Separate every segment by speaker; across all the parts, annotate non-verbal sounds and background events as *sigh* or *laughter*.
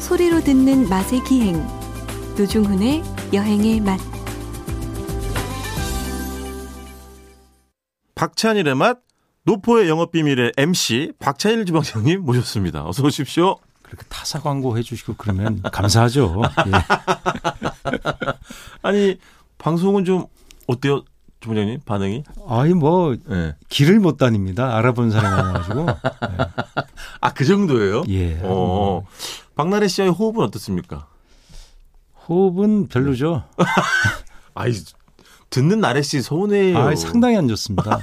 Speaker 1: 소리로 듣는 맛의 기행 노중훈의 여행의 맛
Speaker 2: 박찬일의 맛 노포의 영업 비밀의 MC 박찬일 주방장님 모셨습니다. 어서 오십시오.
Speaker 3: 그렇게 타사 광고 해주시고 그러면 감사하죠. 예.
Speaker 2: 아니 방송은 좀 어때요, 주방장님 반응이?
Speaker 3: 아이 뭐
Speaker 2: 네.
Speaker 3: 길을 못 다닙니다. 알아본 사람이 많아가지고.
Speaker 2: 아그 정도예요?
Speaker 3: 예.
Speaker 2: 어,
Speaker 3: 뭐,
Speaker 2: 박나래 씨와의 호흡은 어떻습니까?
Speaker 3: 호흡은 별로죠.
Speaker 2: 아이 듣는 나래 씨 서운해요.
Speaker 3: 아, 상당히 안 좋습니다.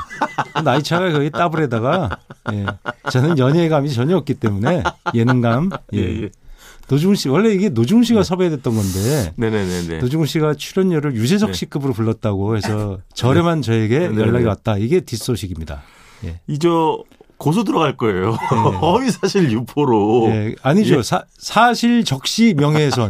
Speaker 3: 나이 차가 거의 따블에다가 예. 저는 연예감이 전혀 없기 때문에 예능감. 예.
Speaker 2: 예, 예. 네.
Speaker 3: 노중훈 씨 원래 이게 노중훈 씨가 섭외됐던 건데
Speaker 2: 네네네네.
Speaker 3: 노중훈 씨가 출연료를 유재석
Speaker 2: 네.
Speaker 3: 씨급으로 불렀다고 해서 저렴한 저에게
Speaker 2: 네, 네,
Speaker 3: 연락이
Speaker 2: 네.
Speaker 3: 왔다. 이게 뒷소식입니다. 예.
Speaker 2: 이저 고소 들어갈 *laughs* 거예요.
Speaker 3: 네.
Speaker 2: 허위 사실 유포로.
Speaker 3: 예, 아니죠.
Speaker 2: 예.
Speaker 3: 사, 사실 적시
Speaker 2: *laughs*
Speaker 3: 명예훼손.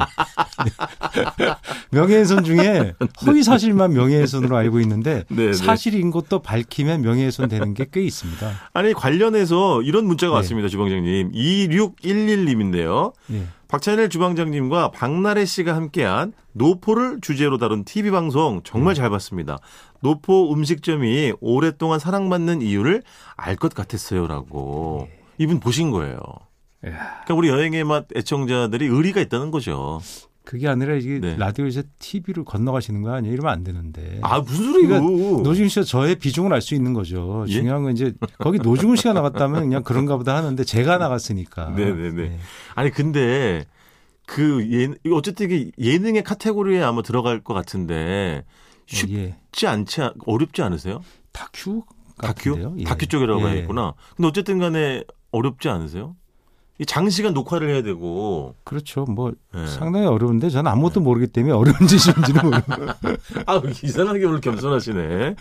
Speaker 3: 명예훼손 중에 허위 사실만 명예훼손으로 알고 있는데
Speaker 2: 네, 네.
Speaker 3: 사실인 것도 밝히면 명예훼손 되는 게 꽤 있습니다.
Speaker 2: 아니 관련해서 이런 문자가
Speaker 3: 네.
Speaker 2: 왔습니다, 주방장님. 2611님인데요.
Speaker 3: 예.
Speaker 2: 박찬일 주방장님과 박나래 씨가 함께한 노포를 주제로 다룬 TV 방송 정말
Speaker 3: 음.
Speaker 2: 잘 봤습니다. 노포 음식점이 오랫동안 사랑받는 이유를 알 것 같았어요라고.
Speaker 3: 예.
Speaker 2: 이분 보신 거예요.
Speaker 3: 이야.
Speaker 2: 그러니까 우리 여행의 맛 애청자들이 의리가 있다는 거죠.
Speaker 3: 그게 아니라 이게
Speaker 2: 네.
Speaker 3: 라디오에서 TV로 건너가시는 거 아니에요? 이러면 안 되는데.
Speaker 2: 아 무슨 소리고?
Speaker 3: 노중훈 씨가 저의 비중을 알 수 있는 거죠.
Speaker 2: 예?
Speaker 3: 중요한 건 이제 거기 노중훈 씨가 나갔다면 그냥 그런가 보다 하는데 제가
Speaker 2: 아,
Speaker 3: 나갔으니까.
Speaker 2: 네네네.
Speaker 3: 예.
Speaker 2: 아니 근데 그 예, 어쨌든 이게 예능의 카테고리에 아마 들어갈 것 같은데 쉽지
Speaker 3: 예.
Speaker 2: 않지 않- 어렵지 않으세요?
Speaker 3: 다큐
Speaker 2: 다큐?
Speaker 3: 같은데요? 예.
Speaker 2: 다큐 쪽이라고
Speaker 3: 예.
Speaker 2: 해야겠구나. 근데 어쨌든 간에 어렵지 않으세요? 이 장시간 녹화를 해야 되고.
Speaker 3: 그렇죠. 뭐
Speaker 2: 예.
Speaker 3: 상당히 어려운데 저는 아무것도 모르기 때문에 어려운 짓인지는 모르고
Speaker 2: 아, 이상하게 오늘 겸손하시네.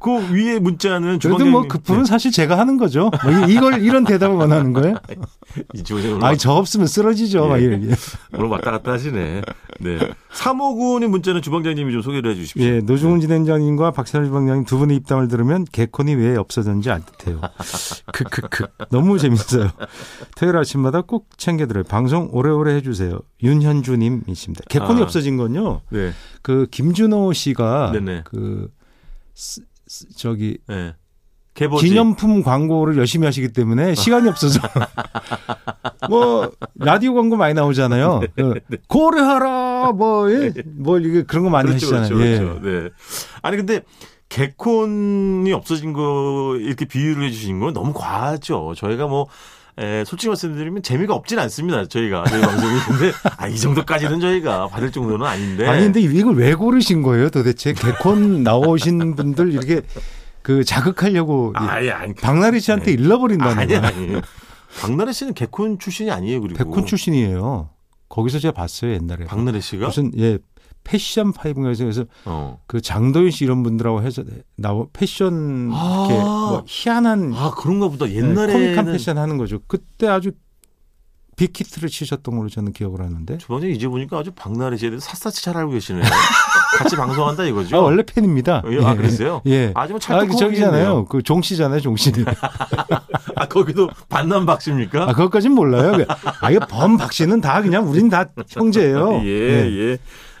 Speaker 2: 그 위에 문자는
Speaker 3: 그래도
Speaker 2: 주방장님.
Speaker 3: 뭐 그분은 사실 제가 하는 거죠. 뭐 이- 이걸 이런 대답을 원하는 거예요?
Speaker 2: 네, 이 주방장님 오늘,
Speaker 3: 아니 저 없으면 쓰러지죠. 막
Speaker 2: 예.
Speaker 3: 이런 게.
Speaker 2: 오늘 왔다 갔다 하시네. 네. 359님 문자는 주방장님이 좀 소개를 해 주십시오.
Speaker 3: 예, 노중훈 진행장님과 박찬일 방장님 두 분의 입담을 들으면 개콘이 왜 없어졌는지 알 듯해요. 크크크. 너무 재밌어요. 토요일 아침마다 꼭 챙겨드려요. 방송 오래오래 해주세요. 윤현주님이십니다. 개콘이
Speaker 2: 아.
Speaker 3: 없어진 건요.
Speaker 2: 네.
Speaker 3: 그 김준호 씨가
Speaker 2: 네네.
Speaker 3: 그 쓰- 쓰- 저기
Speaker 2: 네. 개보지.
Speaker 3: 기념품 광고를 열심히 하시기 때문에 시간이
Speaker 2: *laughs*
Speaker 3: 없어서 뭐 라디오 광고
Speaker 2: *laughs*
Speaker 3: 많이 나오잖아요.
Speaker 2: 네,
Speaker 3: 그 고려하라 뭐 예? 뭐 이게 그런 거 많이
Speaker 2: 그렇죠,
Speaker 3: 하시잖아요.
Speaker 2: 그렇죠,
Speaker 3: 예.
Speaker 2: 그렇죠. 네. 아니 근데 개콘이 없어진 거 이렇게 비유를 해주신 건 너무 과하죠. 저희가 뭐 에, 솔직히 말씀드리면 재미가 없진 않습니다. 저희가 저희 방송이 근데 아, 이 정도까지는 저희가 받을 정도는 아닌데.
Speaker 3: 아니 근데 이걸 왜 고르신 거예요? 도대체 개콘 나오신 분들 이렇게 그 자극하려고
Speaker 2: 아니 아니
Speaker 3: 박나래 씨한테 일러버린다는
Speaker 2: 아니
Speaker 3: 거예요.
Speaker 2: 아니. 박나래 씨는 개콘 출신이 아니에요. 그리고
Speaker 3: 백콘 출신이에요. 거기서 제가 봤어요 옛날에
Speaker 2: 박나래 씨가
Speaker 3: 무슨 예 패션 파이브에서 그래서
Speaker 2: 어.
Speaker 3: 그 장도연 씨 이런 분들하고 해서 나오 패션
Speaker 2: 아.
Speaker 3: 이렇게 뭐 희한한
Speaker 2: 아 그런가 보다
Speaker 3: 네, 코믹한
Speaker 2: 옛날에는
Speaker 3: 패션 하는 거죠. 그때 아주 빅히트를 치셨던 걸로 저는 기억을 하는데.
Speaker 2: 주방장 이제 보니까 아주 박나래 씨에 대해서 샅샅이 잘 알고 계시네요. 같이 방송한다 이거죠.
Speaker 3: 아, 원래 팬입니다.
Speaker 2: 예, 아, 그랬어요?
Speaker 3: 예.
Speaker 2: 아주 뭐
Speaker 3: 아, 그
Speaker 2: 찰떡궁이네요.
Speaker 3: 저기잖아요. 그 종씨잖아요, 종씨.
Speaker 2: 아 거기도 반남 박씨입니까?
Speaker 3: 아, 그것까진 몰라요. 그- 아, 이거 범 박씨는 다 그냥 우린 다 형제예요.
Speaker 2: *laughs* 예,
Speaker 3: 예.
Speaker 2: 예.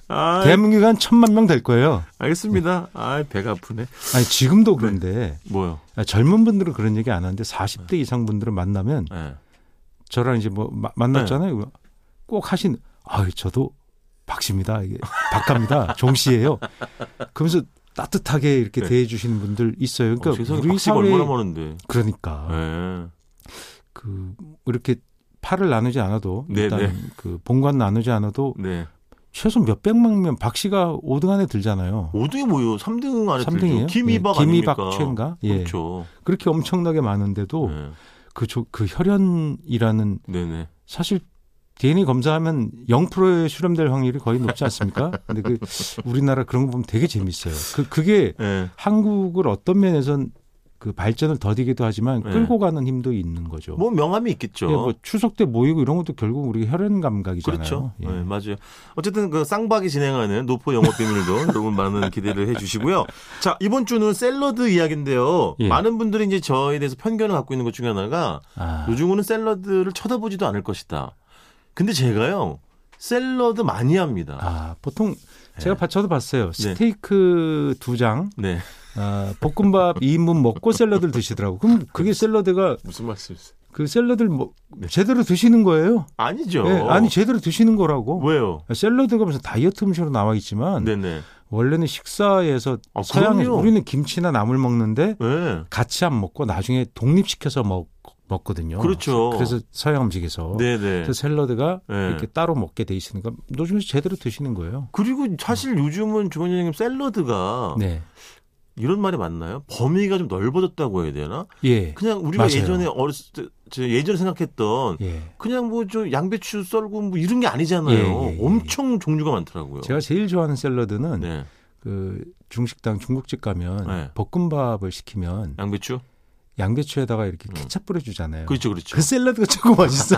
Speaker 2: 아,
Speaker 3: 대한민국에 한 천만 명 될 거예요.
Speaker 2: 알겠습니다. 아, 배가 아프네.
Speaker 3: 아니, 지금도 그런데
Speaker 2: 뭐요?
Speaker 3: 아, 젊은 분들은 그런 얘기 안 하는데 40대 이상 분들을 만나면
Speaker 2: 예.
Speaker 3: 저랑 이제 뭐 마- 만났잖아요.
Speaker 2: 네.
Speaker 3: 꼭 하신 아 저도 박씨입니다. 이게 박갑니다. 종씨예요. 그러면서 따뜻하게 이렇게
Speaker 2: 네.
Speaker 3: 대해 주시는 분들 있어요.
Speaker 2: 어,
Speaker 3: 그러니까
Speaker 2: 세상에
Speaker 3: 우리
Speaker 2: 박씨가
Speaker 3: 사회
Speaker 2: 얼마나 많은데.
Speaker 3: 그러니까
Speaker 2: 예.
Speaker 3: 그 이렇게 팔을 나누지 않아도
Speaker 2: 네,
Speaker 3: 일단
Speaker 2: 네.
Speaker 3: 그 본관 나누지 않아도
Speaker 2: 네.
Speaker 3: 최소 몇 백만면 박씨가 5등 안에 들잖아요.
Speaker 2: 5등이 뭐요? 3등 안에
Speaker 3: 삼등이에요
Speaker 2: 들죠. 김이박
Speaker 3: 예,
Speaker 2: 아닙니까?
Speaker 3: 김이박 최인가? 예.
Speaker 2: 그렇죠.
Speaker 3: 그렇게 엄청나게 많은데도
Speaker 2: 예.
Speaker 3: 그, 조- 그 혈연이라는
Speaker 2: 네네.
Speaker 3: 사실 DNA 검사하면 0%에 수렴될 확률이 거의 높지
Speaker 2: *laughs*
Speaker 3: 않습니까? 근데 그 우리나라 그런 거 보면 되게 재밌어요. 그 그게
Speaker 2: 예.
Speaker 3: 한국을 어떤 면에선 그 발전을 더디기도 하지만
Speaker 2: 네.
Speaker 3: 끌고 가는 힘도 있는 거죠.
Speaker 2: 뭐 명함이 있겠죠.
Speaker 3: 예, 뭐 추석 때 모이고 이런 것도 결국 우리 혈연 감각이잖아요.
Speaker 2: 그렇죠.
Speaker 3: 예.
Speaker 2: 네, 맞아요. 어쨌든 그 쌍박이 진행하는 노포 영업 비밀도 *laughs* 여러분 많은 기대를 해주시고요. 자 이번 주는 샐러드 이야기인데요.
Speaker 3: 예.
Speaker 2: 많은 분들이 이제 저에 대해서 편견을 갖고 있는 것 중에 하나가
Speaker 3: 아,
Speaker 2: 노중우는 샐러드를 쳐다보지도 않을 것이다. 근데 제가요 샐러드 많이 합니다.
Speaker 3: 아, 보통 제가 봐- 저도 봤어요. 스테이크 두 장,
Speaker 2: 네
Speaker 3: 아, 볶음밥 *laughs* 2인분 먹고 샐러드를 드시더라고. 그럼
Speaker 2: 그렇죠.
Speaker 3: 그게 샐러드가
Speaker 2: 무슨 말씀이세요?
Speaker 3: 그 샐러드를 뭐
Speaker 2: 네.
Speaker 3: 제대로 드시는 거예요.
Speaker 2: 아니죠.
Speaker 3: 예, 아니 제대로 드시는 거라고.
Speaker 2: 그렇죠. 왜요?
Speaker 3: 샐러드가 무슨 다이어트 음식으로 나와 있지만
Speaker 2: 네네.
Speaker 3: 원래는 식사에서
Speaker 2: 아,
Speaker 3: 서양에서
Speaker 2: 그럼요.
Speaker 3: 우리는 김치나 나물 먹는데
Speaker 2: 네.
Speaker 3: 같이 안 먹고 나중에 독립시켜서 먹, 먹거든요.
Speaker 2: 그렇죠.
Speaker 3: 그래서 서양 음식에서
Speaker 2: 네네.
Speaker 3: 그래서 샐러드가
Speaker 2: 네.
Speaker 3: 이렇게 따로 먹게 돼 있으니까 노중에 제대로 드시는 거예요.
Speaker 2: 그리고 사실 요즘은 주원장님 샐러드가
Speaker 3: 네,
Speaker 2: 이런 말이 맞나요? 범위가 좀 넓어졌다고 해야 되나?
Speaker 3: 예,
Speaker 2: 그냥 우리가
Speaker 3: 맞아요.
Speaker 2: 예전에 어렸을 때, 저 예전에 생각했던
Speaker 3: 예.
Speaker 2: 그냥 뭐 저 양배추 썰고 뭐 이런 게 아니잖아요.
Speaker 3: 예, 예, 예.
Speaker 2: 엄청 종류가 많더라고요.
Speaker 3: 제가 제일 좋아하는 샐러드는
Speaker 2: 어. 네.
Speaker 3: 그 중식당 중국집 가면
Speaker 2: 네.
Speaker 3: 볶음밥을 시키면
Speaker 2: 양배추?
Speaker 3: 양배추에다가 이렇게
Speaker 2: 음.
Speaker 3: 케첩 뿌려주잖아요.
Speaker 2: 그렇죠, 그렇죠.
Speaker 3: 그 샐러드가 조금 맛있어.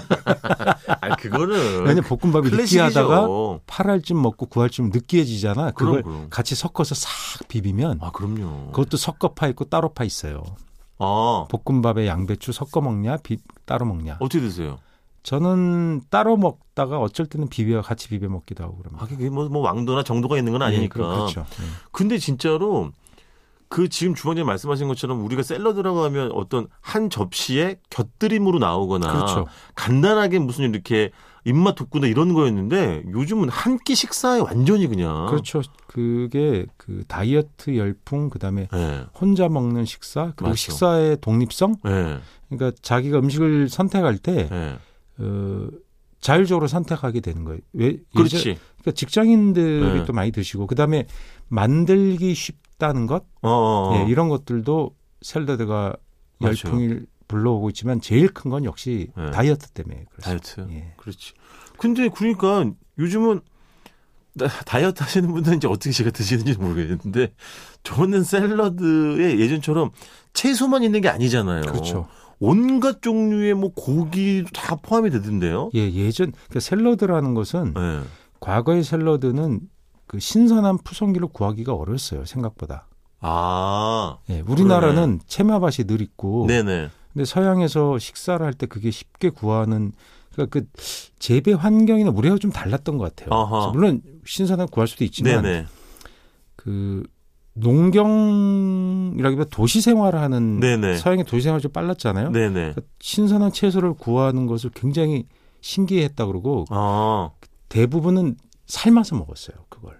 Speaker 2: 아, 그거는
Speaker 3: 왜냐 면 볶음밥이 느끼하다가
Speaker 2: 클래식이죠.
Speaker 3: 팔알쯤 먹고 구알쯤 느끼해지잖아.
Speaker 2: 그럼
Speaker 3: 그걸
Speaker 2: 그럼.
Speaker 3: 같이 섞어서 싹 비비면
Speaker 2: 아, 그럼요.
Speaker 3: 그것도 섞어 파 있고 따로 파 있어요.
Speaker 2: 아,
Speaker 3: 볶음밥에 양배추 섞어 먹냐, 비, 따로 먹냐.
Speaker 2: 어떻게 드세요?
Speaker 3: 저는 따로 먹다가 어쩔 때는 비벼 같이 비벼 먹기도 하고 그러면.
Speaker 2: 아, 그게 뭐, 뭐 왕도나 정도가 있는 건 아니니까.
Speaker 3: 그렇죠. 예.
Speaker 2: 근데 진짜로 그 지금 주방장님 말씀하신 것처럼 우리가 샐러드라고 하면 어떤 한 접시에 곁들임으로 나오거나
Speaker 3: 그렇죠.
Speaker 2: 간단하게 무슨 이렇게 입맛 돋구나 이런 거였는데 요즘은 한 끼 식사에 완전히 그냥
Speaker 3: 그렇죠. 그게 그 다이어트 열풍 그다음에
Speaker 2: 예.
Speaker 3: 혼자 먹는 식사 그리고
Speaker 2: 맞죠.
Speaker 3: 식사의 독립성
Speaker 2: 예.
Speaker 3: 그러니까 자기가 음식을 선택할 때
Speaker 2: 예.
Speaker 3: 어, 자율적으로 선택하게 되는 거예요. 왜 예전-
Speaker 2: 그렇지.
Speaker 3: 그러니까 직장인들이
Speaker 2: 네.
Speaker 3: 또 많이 드시고 그다음에 만들기 쉽다는 것
Speaker 2: 어. 어, 어.
Speaker 3: 예, 이런 것들도 샐러드가
Speaker 2: 맞아요.
Speaker 3: 열풍을 불러오고 있지만 제일 큰 건 역시
Speaker 2: 네.
Speaker 3: 다이어트 때문에 그렇습니다.
Speaker 2: 다이어트.
Speaker 3: 예.
Speaker 2: 그렇지. 근데 그러니까 요즘은 다- 다이어트 하시는 분들은 이제 어떻게 제가 드시는지 모르겠는데 저는 샐러드에 예전처럼 채소만 있는 게 아니잖아요.
Speaker 3: 그렇죠.
Speaker 2: 온갖 종류의 뭐 고기 다 포함이 되던데요.
Speaker 3: 예, 예전 그러니까 샐러드라는 것은
Speaker 2: 네.
Speaker 3: 과거의 샐러드는 그 신선한 푸성기를 구하기가 어려웠어요 생각보다.
Speaker 2: 아,
Speaker 3: 예, 우리나라는 체마밭이 늘 있고
Speaker 2: 네네.
Speaker 3: 근데 서양에서 식사를 할 때 그게 쉽게 구하는 그러니까 그 재배 환경이나 우리하고 좀 달랐던 것 같아요.
Speaker 2: 아하.
Speaker 3: 그래서 물론 신선한 거 구할 수도 있지만
Speaker 2: 네네.
Speaker 3: 그 농경이라기보다 도시 생활을 하는
Speaker 2: 네네.
Speaker 3: 서양의 도시 생활이 좀 빨랐잖아요.
Speaker 2: 네네.
Speaker 3: 그러니까 신선한 채소를 구하는 것을 굉장히 신기했다 그러고
Speaker 2: 아,
Speaker 3: 대부분은 삶아서 먹었어요. 그걸.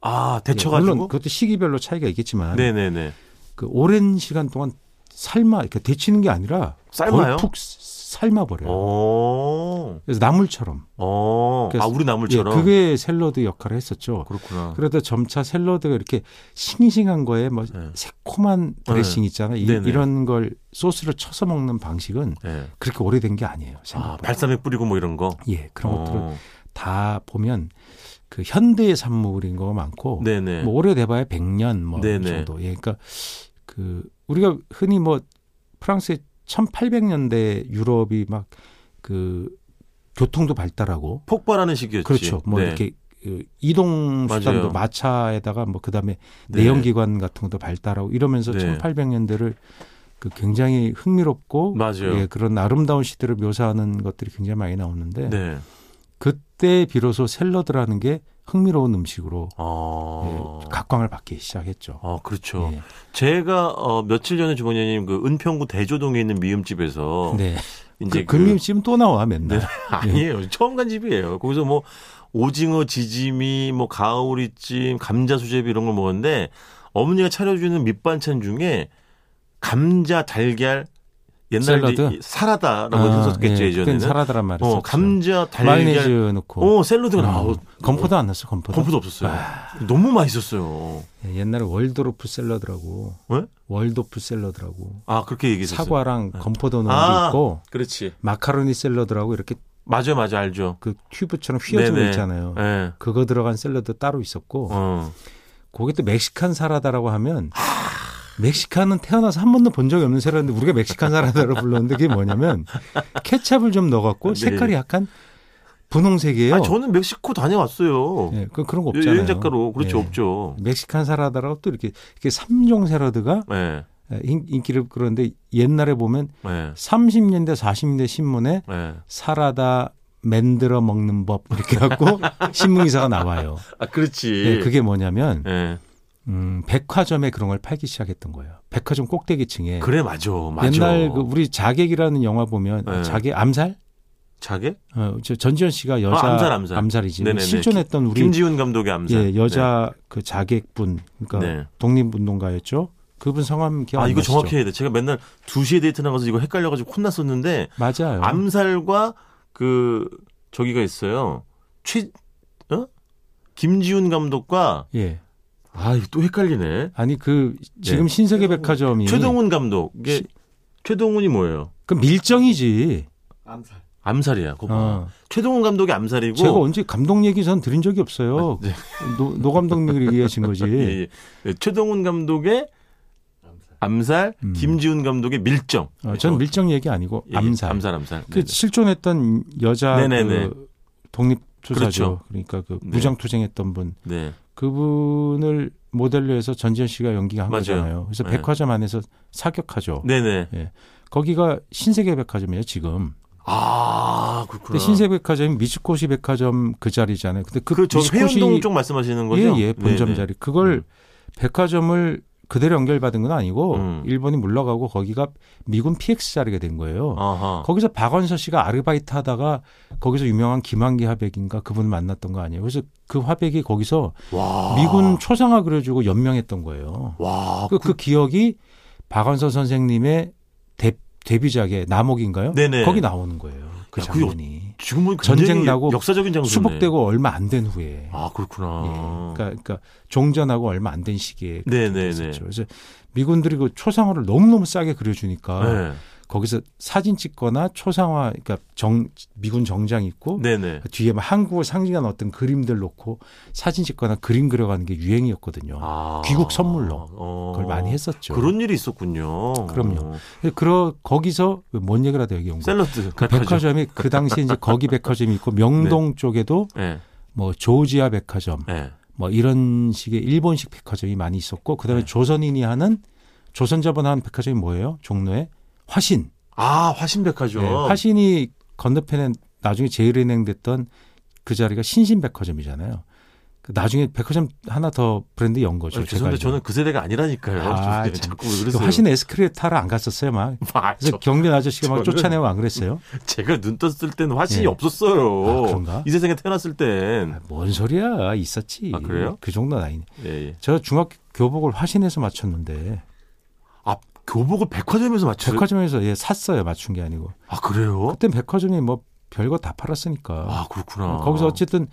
Speaker 2: 아
Speaker 3: 예,
Speaker 2: 데쳐가지고.
Speaker 3: 물론 그것도 시기별로 차이가 있겠지만
Speaker 2: 네네네.
Speaker 3: 그 오랜 시간 동안 삶아 이렇게 데치는 게 아니라
Speaker 2: 삶아요?
Speaker 3: 거의 푹 삶아 버려요.
Speaker 2: 오,
Speaker 3: 그래서 나물처럼.
Speaker 2: 오. 아
Speaker 3: 그래서-
Speaker 2: 우리 나물처럼.
Speaker 3: 예, 그게 샐러드 역할을 했었죠.
Speaker 2: 그렇구나.
Speaker 3: 그러다 점차 샐러드가 이렇게 싱싱한 거에 뭐
Speaker 2: 네.
Speaker 3: 새콤한 드레싱 있잖아요. 이,
Speaker 2: 네네.
Speaker 3: 이런 걸 소스를 쳐서 먹는 방식은
Speaker 2: 네.
Speaker 3: 그렇게 오래된 게 아니에요.
Speaker 2: 아,
Speaker 3: 생각보다.
Speaker 2: 발사믹 뿌리고 뭐 이런 거.
Speaker 3: 예, 그런 것들을
Speaker 2: 어.
Speaker 3: 다 보면 그 현대의 산물인 거가 많고
Speaker 2: 네네.
Speaker 3: 뭐 오래돼봐야 100년 뭐이
Speaker 2: 네네.
Speaker 3: 정도. 예, 그러니까 그 우리가 흔히 뭐 프랑스의 1800년대 유럽이 막 그 교통도 발달하고
Speaker 2: 폭발하는 시기였지.
Speaker 3: 그렇죠. 뭐
Speaker 2: 네.
Speaker 3: 이렇게 그 이동
Speaker 2: 맞아요.
Speaker 3: 수단도 마차에다가 뭐 그다음에
Speaker 2: 네.
Speaker 3: 내연기관 같은 것도 발달하고 이러면서
Speaker 2: 네.
Speaker 3: 1800년대를 그 굉장히 흥미롭고
Speaker 2: 맞아요.
Speaker 3: 예, 그런 아름다운 시대를 묘사하는 것들이 굉장히 많이 나오는데
Speaker 2: 네.
Speaker 3: 그때 비로소 샐러드라는 게 흥미로운 음식으로
Speaker 2: 아.
Speaker 3: 예, 각광을 받기 시작했죠.
Speaker 2: 아, 그렇죠.
Speaker 3: 예.
Speaker 2: 제가 어, 며칠 전에 주방장님 그 은평구 대조동에 있는 미음집에서
Speaker 3: 네.
Speaker 2: 어. 이제 네. 그
Speaker 3: 그 예. 금림씨는 또 나와 맨날.
Speaker 2: *laughs* 아니에요. 처음 간 집이에요. 거기서 뭐 오징어 지짐이 뭐 가오리찜, 감자 수제비 이런 걸 먹었는데 어머니가 차려주는 밑반찬 중에 감자 달걀 옛날에
Speaker 3: 샐러드?
Speaker 2: 이제 사라다라고 했었겠죠
Speaker 3: 예,
Speaker 2: 예전에는.
Speaker 3: 그때는 사라다란 말이었죠.
Speaker 2: 어, 감자
Speaker 3: 마요네즈
Speaker 2: 달걀.
Speaker 3: 넣고
Speaker 2: 어, 샐러드가 나와.
Speaker 3: 음, 아. 건포도 안 넣었어 건포도.
Speaker 2: 건포도 없었어요. 너무 맛있었어요.
Speaker 3: 예, 옛날에 월드로프 샐러드라고
Speaker 2: 왜?
Speaker 3: 월도프 샐러드라고
Speaker 2: 아, 그렇게 얘기했었어요.
Speaker 3: 사과랑 건포도 넣은
Speaker 2: 아.
Speaker 3: 게 있고
Speaker 2: 그렇지.
Speaker 3: 마카로니 샐러드라고 이렇게
Speaker 2: 맞아요, 맞아요. 알죠.
Speaker 3: 그 튜브처럼 휘어진 거
Speaker 2: 네네.
Speaker 3: 있잖아요.
Speaker 2: 예.
Speaker 3: 그거 들어간 샐러드 따로 있었고
Speaker 2: 어.
Speaker 3: 거기 또 멕시칸 사라다라고 하면 멕시칸은 태어나서 한 번도 본 적이 없는 사람인데 우리가 멕시칸 사람이라고 불렀는데 그게 뭐냐면 케찹을 좀 넣어갖고
Speaker 2: 네.
Speaker 3: 색깔이 약간 분홍색이에요.
Speaker 2: 아, 저는 멕시코 다녀왔어요.
Speaker 3: 예, 그, 그런 거
Speaker 2: 여-
Speaker 3: 없잖아요.
Speaker 2: 여행 작가로 그렇죠
Speaker 3: 예.
Speaker 2: 없죠.
Speaker 3: 멕시칸 사라다라고 또 이렇게 이렇게 삼종 샐러드가
Speaker 2: 네,
Speaker 3: 예, 인- 인기를 그런데 옛날에 보면
Speaker 2: 네,
Speaker 3: 30년대 40년대 신문에
Speaker 2: 네.
Speaker 3: 사라다 만들어 먹는 법 이렇게
Speaker 2: *laughs*
Speaker 3: 갖고 신문 기사가 나와요.
Speaker 2: 아 그렇지.
Speaker 3: 예, 그게 뭐냐면
Speaker 2: 예.
Speaker 3: 음, 백화점에 그런 걸 팔기 시작했던 거예요. 백화점 꼭대기층에
Speaker 2: 그래 맞아, 맞아.
Speaker 3: 예. 옛날 그 우리 자객이라는 영화 보면
Speaker 2: 네.
Speaker 3: 자객 암살
Speaker 2: 자객
Speaker 3: 어, 저 전지현 씨가 여자
Speaker 2: 아, 암살, 암살.
Speaker 3: 이지
Speaker 2: 네네네.
Speaker 3: 실존했던 우리
Speaker 2: 김지훈 감독의 암살.
Speaker 3: 예, 여자 그 자객분
Speaker 2: 네.
Speaker 3: 그러니까
Speaker 2: 네.
Speaker 3: 독립운동가였죠. 그분 성함 기억
Speaker 2: 아
Speaker 3: 안
Speaker 2: 이거
Speaker 3: 나시죠?
Speaker 2: 정확히 해야 돼. 제가 맨날 2시에 데이트 나가서 이거 헷갈려가지고 혼났었는데
Speaker 3: 맞아요.
Speaker 2: 암살과 그 저기가 있어요. 최 어? 김지훈 감독과
Speaker 3: 예.
Speaker 2: 아 이거 또 헷갈리네.
Speaker 3: 아니 그 지금
Speaker 2: 예.
Speaker 3: 신세계 백화점이
Speaker 2: 최동훈 감독. 이게
Speaker 3: 시-
Speaker 2: 최동훈이 뭐예요?
Speaker 3: 그 밀정이지.
Speaker 4: 암살.
Speaker 2: 암살이야. 그거. 봐.
Speaker 3: 어.
Speaker 2: 최동훈 감독이 암살이고.
Speaker 3: 제가 언제 감독 얘기 전 들은 적이 없어요.
Speaker 2: 아, 네.
Speaker 3: 노, 노 감독님 얘기하신
Speaker 2: *laughs*
Speaker 3: 거지.
Speaker 2: 예, 예. 예, 최동훈 감독의
Speaker 4: 암살.
Speaker 2: 암살,
Speaker 3: 음.
Speaker 2: 김지훈 감독의 밀정.
Speaker 3: 어,
Speaker 2: 예,
Speaker 3: 전
Speaker 2: 어,
Speaker 3: 밀정 얘기 아니고
Speaker 2: 예, 예.
Speaker 3: 암살.
Speaker 2: 암살, 암살.
Speaker 3: 그 실존했던 여자
Speaker 2: 네네네.
Speaker 3: 그 독립
Speaker 2: 그렇죠.
Speaker 3: 투사죠. 그러니까그
Speaker 2: 네.
Speaker 3: 무장 투쟁했던 분.
Speaker 2: 네네. 네.
Speaker 3: 그분을 모델로 해서 전지현 씨가 연기한
Speaker 2: 맞아요.
Speaker 3: 거잖아요. 그래서
Speaker 2: 네.
Speaker 3: 백화점 안에서 사격하죠.
Speaker 2: 네네.
Speaker 3: 거기가 신세계 백화점이에요, 지금.
Speaker 2: 아,
Speaker 3: 근데
Speaker 2: 그렇구나.
Speaker 3: 신세계 백화점이 미츠코시 백화점 그 자리잖아요. 근데 그,
Speaker 2: 그, 저
Speaker 3: 미츠코시
Speaker 2: 회원동 쪽 말씀하시는 거죠?
Speaker 3: 예, 예, 본점
Speaker 2: 네네.
Speaker 3: 자리. 그걸
Speaker 2: 음.
Speaker 3: 백화점을 그대로 연결받은 건 아니고
Speaker 2: 음.
Speaker 3: 일본이 물러가고 거기가 미군 PX 자리가 된 거예요.
Speaker 2: 아하.
Speaker 3: 거기서 박원서 씨가 아르바이트 하다가 거기서 유명한 김한기 화백인가 그분 만났던 거 아니에요. 그래서 그 화백이 거기서
Speaker 2: 와.
Speaker 3: 미군 초상화 그려주고 연명했던 거예요.
Speaker 2: 와.
Speaker 3: 그, 그 기억이 박원서 선생님의 데, 데뷔작의 남옥인가요?
Speaker 2: 네네.
Speaker 3: 거기 나오는 거예요. 그
Speaker 2: 야, 그
Speaker 3: 장면이.
Speaker 2: 지금 보니
Speaker 3: 전쟁 나고
Speaker 2: 역사적인 장소네.
Speaker 3: 수복되고 얼마 안 된 후에.
Speaker 2: 아, 그렇구나.
Speaker 3: 예. 그러니까, 그러니까 종전하고 얼마 안 된 시기에
Speaker 2: 네네네.
Speaker 3: 있었죠. 그래서 미군들이 그 초상화를 너무너무 싸게 그려주니까
Speaker 2: 네.
Speaker 3: 거기서 사진 찍거나 초상화 그러니까 정 미군 정장 입고
Speaker 2: 네네.
Speaker 3: 뒤에 막 한국을 상징한 어떤 그림들 놓고 사진 찍거나 그림 그려가는 게 유행이었거든요.
Speaker 2: 아.
Speaker 3: 귀국 선물로
Speaker 2: 어.
Speaker 3: 그걸 많이 했었죠.
Speaker 2: 그런 일이 있었군요.
Speaker 3: 그럼요.
Speaker 2: 어.
Speaker 3: 그러 거기서 뭔 얘기를 하다 여기 온 거예요.
Speaker 2: 샐러드.
Speaker 3: 그 백화점이 그 당시에 이제 거기 백화점이 있고
Speaker 2: *laughs*
Speaker 3: 명동 쪽에도
Speaker 2: 예.
Speaker 3: 뭐 조지아 백화점
Speaker 2: 예.
Speaker 3: 뭐 이런 식의 일본식 백화점이 많이 있었고 그다음에
Speaker 2: 네.
Speaker 3: 조선인이 하는 조선자본 하는 백화점이 뭐예요? 종로에 화신.
Speaker 2: 아, 화신백화점.
Speaker 3: 네, 화신이 건너편에 나중에 제일은행 됐던 그 자리가 신신백화점이잖아요. 그 나중에 백화점 하나 더 브랜드 연 거죠.
Speaker 2: 아, 죄송한데
Speaker 3: 제가
Speaker 2: 저는
Speaker 3: 알기로는.
Speaker 2: 그 세대가 아니라니까요.
Speaker 3: 아,
Speaker 2: 저-
Speaker 3: 참.
Speaker 2: 자꾸 왜
Speaker 3: 그
Speaker 2: 그러세요?
Speaker 3: 화신 에스크레타를 안 갔었어요, 막.
Speaker 2: 아,
Speaker 3: 그래서
Speaker 2: 저-
Speaker 3: 경비 아저씨가 막
Speaker 2: 저는-
Speaker 3: 쫓아내고 안 그랬어요.
Speaker 2: 제가 눈 떴을 땐 화신이
Speaker 3: 예.
Speaker 2: 없었어요.
Speaker 3: 아, 그런가?
Speaker 2: 이 세상에 태어났을 땐.
Speaker 3: 아, 뭔 소리야, 있었지.
Speaker 2: 음. 아, 그래요?
Speaker 3: 그 정도 나이네.
Speaker 2: 예, 예.
Speaker 3: 제가 중학교 교복을 화신에서 맞췄는데
Speaker 2: 아, 교복을 백화점에서 맞춰요?
Speaker 3: 백화점에서 예 샀어요, 맞춘 게 아니고.
Speaker 2: 아, 그래요?
Speaker 3: 그땐 백화점이 뭐 별거 다 팔았으니까.
Speaker 2: 아, 그렇구나.
Speaker 3: 거기서 어쨌든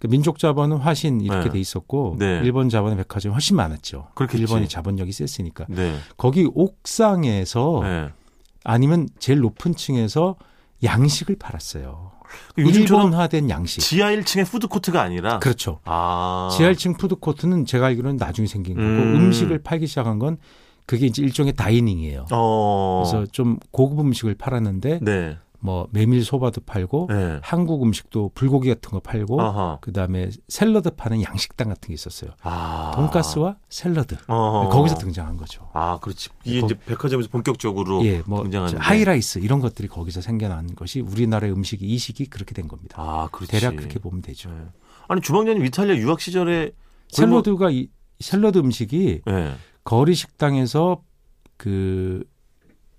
Speaker 3: 그 민족 자본은 화신 이렇게
Speaker 2: 네.
Speaker 3: 돼 있었고
Speaker 2: 네.
Speaker 3: 일본 자본의 백화점이 훨씬 많았죠.
Speaker 2: 그렇겠지.
Speaker 3: 일본이 자본력이 셌으니까.
Speaker 2: 네.
Speaker 3: 거기 옥상에서
Speaker 2: 네.
Speaker 3: 아니면 제일 높은 층에서 양식을 팔았어요.
Speaker 2: 그 요즘처럼
Speaker 3: 일본화된 양식.
Speaker 2: 지하 1층에 푸드코트가 아니라.
Speaker 3: 그렇죠.
Speaker 2: 아.
Speaker 3: 지하 1층 푸드코트는 제가 알기로는 나중에 생긴 거고
Speaker 2: 음.
Speaker 3: 음식을 팔기 시작한 건 그게 이제 일종의 다이닝이에요.
Speaker 2: 어.
Speaker 3: 그래서 좀 고급 음식을 팔았는데
Speaker 2: 네.
Speaker 3: 뭐 메밀 소바도 팔고
Speaker 2: 네.
Speaker 3: 한국 음식도 불고기 같은 거 팔고
Speaker 2: 아하.
Speaker 3: 그다음에 샐러드 파는 양식당 같은 게 있었어요.
Speaker 2: 아.
Speaker 3: 돈가스와 샐러드.
Speaker 2: 어허.
Speaker 3: 거기서 등장한 거죠.
Speaker 2: 아, 그렇지. 이게
Speaker 3: 거-
Speaker 2: 이제 백화점에서 본격적으로
Speaker 3: 예, 뭐
Speaker 2: 등장하는.
Speaker 3: 하이라이스 이런 것들이 거기서 생겨난 것이 우리나라의 음식이 이 시기 그렇게 된 겁니다.
Speaker 2: 아, 그렇지.
Speaker 3: 대략 그렇게 보면 되죠.
Speaker 2: 네. 아니 주방장님 이탈리아 유학 시절에 뭐-
Speaker 3: 샐러드가 이 샐러드 음식이
Speaker 2: 예.
Speaker 3: 거리 식당에서 그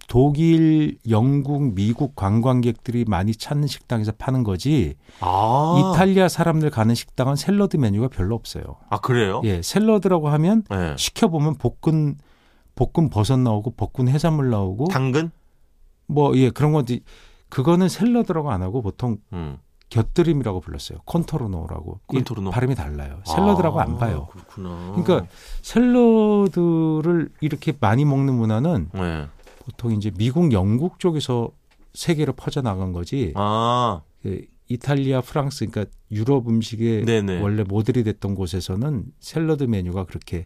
Speaker 3: 독일, 영국, 미국 관광객들이 많이 찾는 식당에서 파는 거지
Speaker 2: 아
Speaker 3: 이탈리아 사람들 가는 식당은 샐러드 메뉴가 별로 없어요.
Speaker 2: 아 그래요?
Speaker 3: 예, 샐러드라고 하면
Speaker 2: 예.
Speaker 3: 시켜보면 볶은 볶은 버섯 나오고 볶은 해산물 나오고
Speaker 2: 당근?
Speaker 3: 뭐 예 그런 건데 그거는 샐러드라고 안 하고 보통
Speaker 2: 음.
Speaker 3: 곁들임이라고 불렀어요. 콘토르노라고. 이
Speaker 2: 콘토르노.
Speaker 3: 발음이 달라요. 샐러드라고
Speaker 2: 아,
Speaker 3: 안 봐요.
Speaker 2: 그렇구나.
Speaker 3: 그러니까 샐러드를 이렇게 많이 먹는 문화는
Speaker 2: 예.
Speaker 3: 보통 이제 미국, 영국 쪽에서 세계로 퍼져 나간 거지.
Speaker 2: 아
Speaker 3: 그 이탈리아, 프랑스, 그러니까 유럽 음식의
Speaker 2: 네네.
Speaker 3: 원래 모델이 됐던 곳에서는 샐러드 메뉴가 그렇게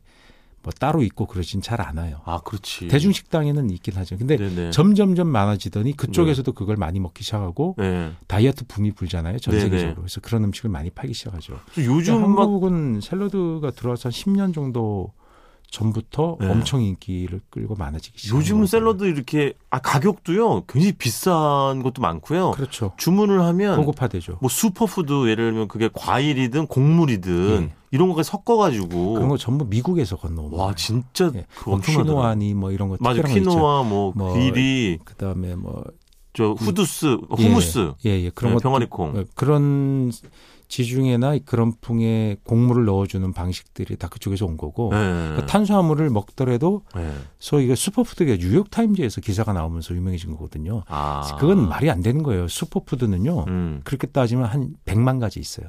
Speaker 3: 뭐 따로 있고 그러진 잘 안 와요.
Speaker 2: 아, 그렇지.
Speaker 3: 대중식당에는 있긴 하죠. 근데
Speaker 2: 네네.
Speaker 3: 점점점 많아지더니 그쪽에서도 그걸 많이 먹기 시작하고
Speaker 2: 네.
Speaker 3: 다이어트 붐이 불잖아요. 전
Speaker 2: 네네.
Speaker 3: 세계적으로. 그래서 그런 음식을 많이 팔기 시작하죠. 그러니까
Speaker 2: 요즘 막
Speaker 3: 한국은 샐러드가 들어와서 한 10년 정도 전부터
Speaker 2: 네.
Speaker 3: 엄청 인기를 끌고 많아지기 시작.
Speaker 2: 요즘 샐러드 이렇게 아 가격도요 굉장히 비싼 것도 많고요.
Speaker 3: 그렇죠.
Speaker 2: 주문을 하면
Speaker 3: 고급화되죠.
Speaker 2: 뭐 슈퍼푸드 예를 들면 그게 과일이든 곡물이든
Speaker 3: 예.
Speaker 2: 이런 거까지 섞어가지고
Speaker 3: 그런 거 전부 미국에서 건너온
Speaker 2: 와
Speaker 3: 거예요.
Speaker 2: 진짜
Speaker 3: 예.
Speaker 2: 그거
Speaker 3: 뭐
Speaker 2: 엄청나더라.
Speaker 3: 퀴노아니 뭐 이런 거
Speaker 2: 맞아
Speaker 3: 특별한 거 있죠.
Speaker 2: 퀴노아 뭐
Speaker 3: 뭐,
Speaker 2: 귀리
Speaker 3: 그다음에 뭐
Speaker 2: 저 후두스 후무스
Speaker 3: 예, 예,
Speaker 2: 네,
Speaker 3: 그런 것
Speaker 2: 병아리콩
Speaker 3: 어, 그런 지중해나 그런 풍의 곡물을 넣어주는 방식들이 다 그쪽에서 온 거고
Speaker 2: 예.
Speaker 3: 그러니까 탄수화물을 먹더라도
Speaker 2: 예.
Speaker 3: 소위 이게 슈퍼푸드가 뉴욕 타임즈에서 기사가 나오면서 유명해진 거거든요.
Speaker 2: 아
Speaker 3: 그건 말이 안 되는 거예요. 슈퍼푸드는요.
Speaker 2: 음.
Speaker 3: 그렇게 따지면 한 100만 가지 있어요.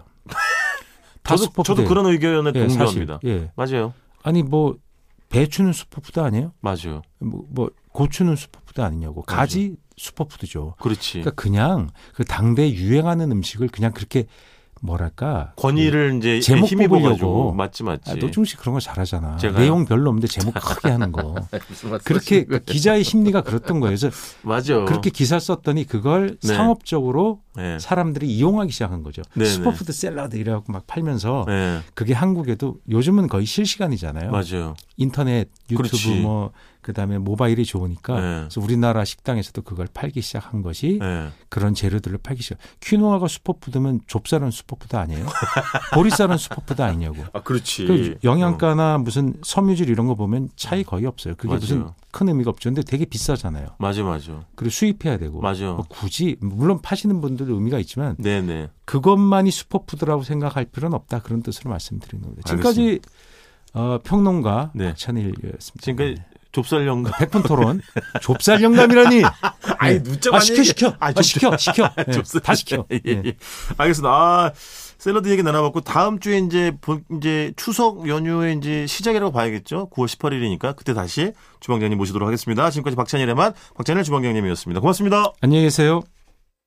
Speaker 2: *laughs*
Speaker 3: 다
Speaker 2: 저도 저도
Speaker 3: 슈퍼푸드예요.
Speaker 2: 그런 의견에
Speaker 3: 예, 사실.
Speaker 2: 동조합니다.
Speaker 3: 예.
Speaker 2: 맞아요,
Speaker 3: 아니 뭐 배추는 슈퍼푸드 아니에요?
Speaker 2: 맞아요.
Speaker 3: 뭐, 뭐 고추는 슈퍼푸드 아니냐고. 가지 슈퍼푸드죠.
Speaker 2: 그렇지.
Speaker 3: 그러니까 그냥 그 당대 유행하는 음식을 그냥 그렇게 뭐랄까
Speaker 2: 권위를 이제
Speaker 3: 제목
Speaker 2: 힘입어가지고
Speaker 3: 뽑으려고.
Speaker 2: 맞지 맞지.
Speaker 3: 아, 노중 씨 그런 거 잘하잖아.
Speaker 2: 제가요?
Speaker 3: 내용 별로 없는데 제목 크게
Speaker 2: *laughs*
Speaker 3: 하는 거. 그렇게 기자의 심리가 그렇던 거예요. 그래서
Speaker 2: 맞아.
Speaker 3: 그렇게 기사 썼더니 그걸
Speaker 2: 그렇죠. 네.
Speaker 3: 상업적으로
Speaker 2: 예.
Speaker 3: 사람들이 이용하기 시작한 거죠.
Speaker 2: 네네.
Speaker 3: 슈퍼푸드 샐러드 이래갖고 막 팔면서
Speaker 2: 예.
Speaker 3: 그게 한국에도 요즘은 거의 실시간이잖아요.
Speaker 2: 맞아요.
Speaker 3: 인터넷, 유튜브
Speaker 2: 그렇지.
Speaker 3: 뭐 그다음에 모바일이 좋으니까
Speaker 2: 네.
Speaker 3: 그래서 우리나라 식당에서도 그걸 팔기 시작한 것이
Speaker 2: 예.
Speaker 3: 그런 재료들을 팔기 시작. 퀴노아가 슈퍼푸드면 좁쌀은 슈퍼푸드 아니에요? 보리쌀은 슈퍼푸드 아니냐고.
Speaker 2: 아 그렇지.
Speaker 3: 그 영양가나 무슨 섬유질 이런 거 보면 차이 거의 없어요. 그게
Speaker 2: 어. 음. 맞아요.
Speaker 3: 무슨 큰 의미가 없죠. 근데 되게 비싸잖아요.
Speaker 2: 맞아 맞아.
Speaker 3: 그리고 수입해야 되고.
Speaker 2: 맞아.
Speaker 3: 뭐 굳이 물론 파시는 분들도 의미가 있지만
Speaker 2: 네네.
Speaker 3: 그것만이 슈퍼푸드라고 생각할 필요는 없다 그런 뜻으로 말씀드리는 겁니다. 지금까지 어, 평론가
Speaker 2: 네.
Speaker 3: 박찬일이었습니다.
Speaker 2: 지금까지 좁쌀 영감.
Speaker 3: 100분 토론 좁쌀 영감이라니.
Speaker 2: *laughs* 아니,
Speaker 3: 네.
Speaker 2: 눕자마자
Speaker 3: 아 시켜
Speaker 2: 얘기-
Speaker 3: 시켜.
Speaker 2: 아,
Speaker 3: 아,
Speaker 2: 좁쌀-
Speaker 3: 시켜 시켜. 네,
Speaker 2: 좁쌀-
Speaker 3: 다 시켜.
Speaker 2: *laughs* 예,
Speaker 3: 예.
Speaker 2: 예. 알겠습니다. 아, 샐러드 얘기 나눠봤고 다음 주에 이제 본 이제 추석 연휴의 이제 시작이라고 봐야겠죠. 9월 18일이니까 그때 다시 주방장님 모시도록 하겠습니다. 지금까지 박찬일의 맛 박찬일 주방장님이었습니다. 고맙습니다.
Speaker 3: 안녕히 계세요.